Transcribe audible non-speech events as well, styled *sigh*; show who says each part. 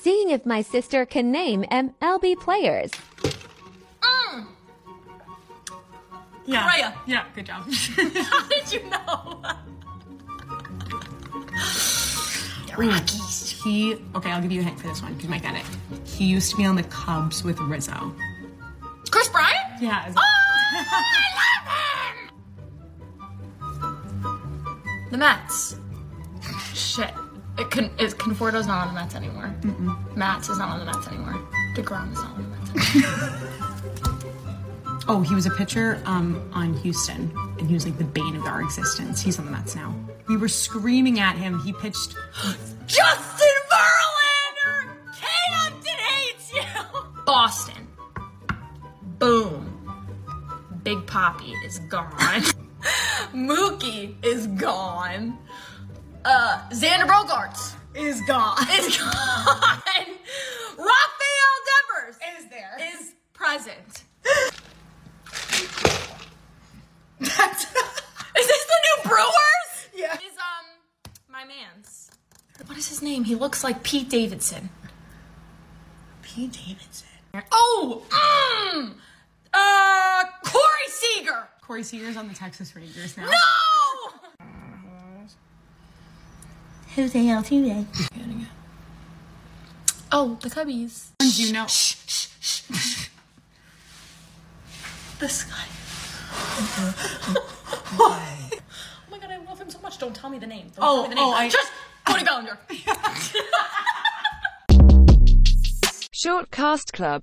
Speaker 1: seeing if my sister can name MLB players.
Speaker 2: Um,
Speaker 3: Yeah.
Speaker 2: Raya.
Speaker 3: Yeah, good job.
Speaker 2: *laughs* *laughs* How did you know? Rockies.
Speaker 3: he, okay, I'll give you a hint for this one because you might get it. He used to be on the Cubs with Rizzo. Ah!
Speaker 2: Chris Bryant?
Speaker 3: Yeah.
Speaker 2: Oh, I love him! The Mets. Shit. It can, it, Conforto's not on the Mets anymore. mm Mats is not on the Mets anymore. DeGrom is not on the Mets anymore.
Speaker 3: Oh, he was a pitcher um, on Houston, and he was like the bane of our existence. He's on the Mets now. We were screaming at him. He pitched. *gasps*
Speaker 2: Justin Verlander! Kate Upton hates you! Boston. Boom. Big Poppy is gone. *laughs* Mookie is gone. Uh, Xander Bogarts
Speaker 3: Is gone.
Speaker 2: is *laughs* gone. Rafael Devers
Speaker 3: Is there?
Speaker 2: is present.
Speaker 3: That's.
Speaker 2: *laughs* Is this the new Brewers?
Speaker 3: Yeah.
Speaker 2: Is um my man's. What is his name? He looks like Pete Davidson.
Speaker 3: Pete Davidson.
Speaker 2: Oh, mm, uh, Corey Seager.
Speaker 3: Corey Seager's on the Texas Rangers now.
Speaker 2: No.
Speaker 4: Who's the hell today?
Speaker 2: Oh, the Cubbies.
Speaker 3: Do you know?
Speaker 2: This
Speaker 3: *laughs*
Speaker 2: guy. oh my god, I love him so much. Don't tell me the name. Don't
Speaker 3: Oh,
Speaker 2: tell me the name.
Speaker 3: oh, I-
Speaker 2: Just Cody Bellinger.
Speaker 5: Short Cast Club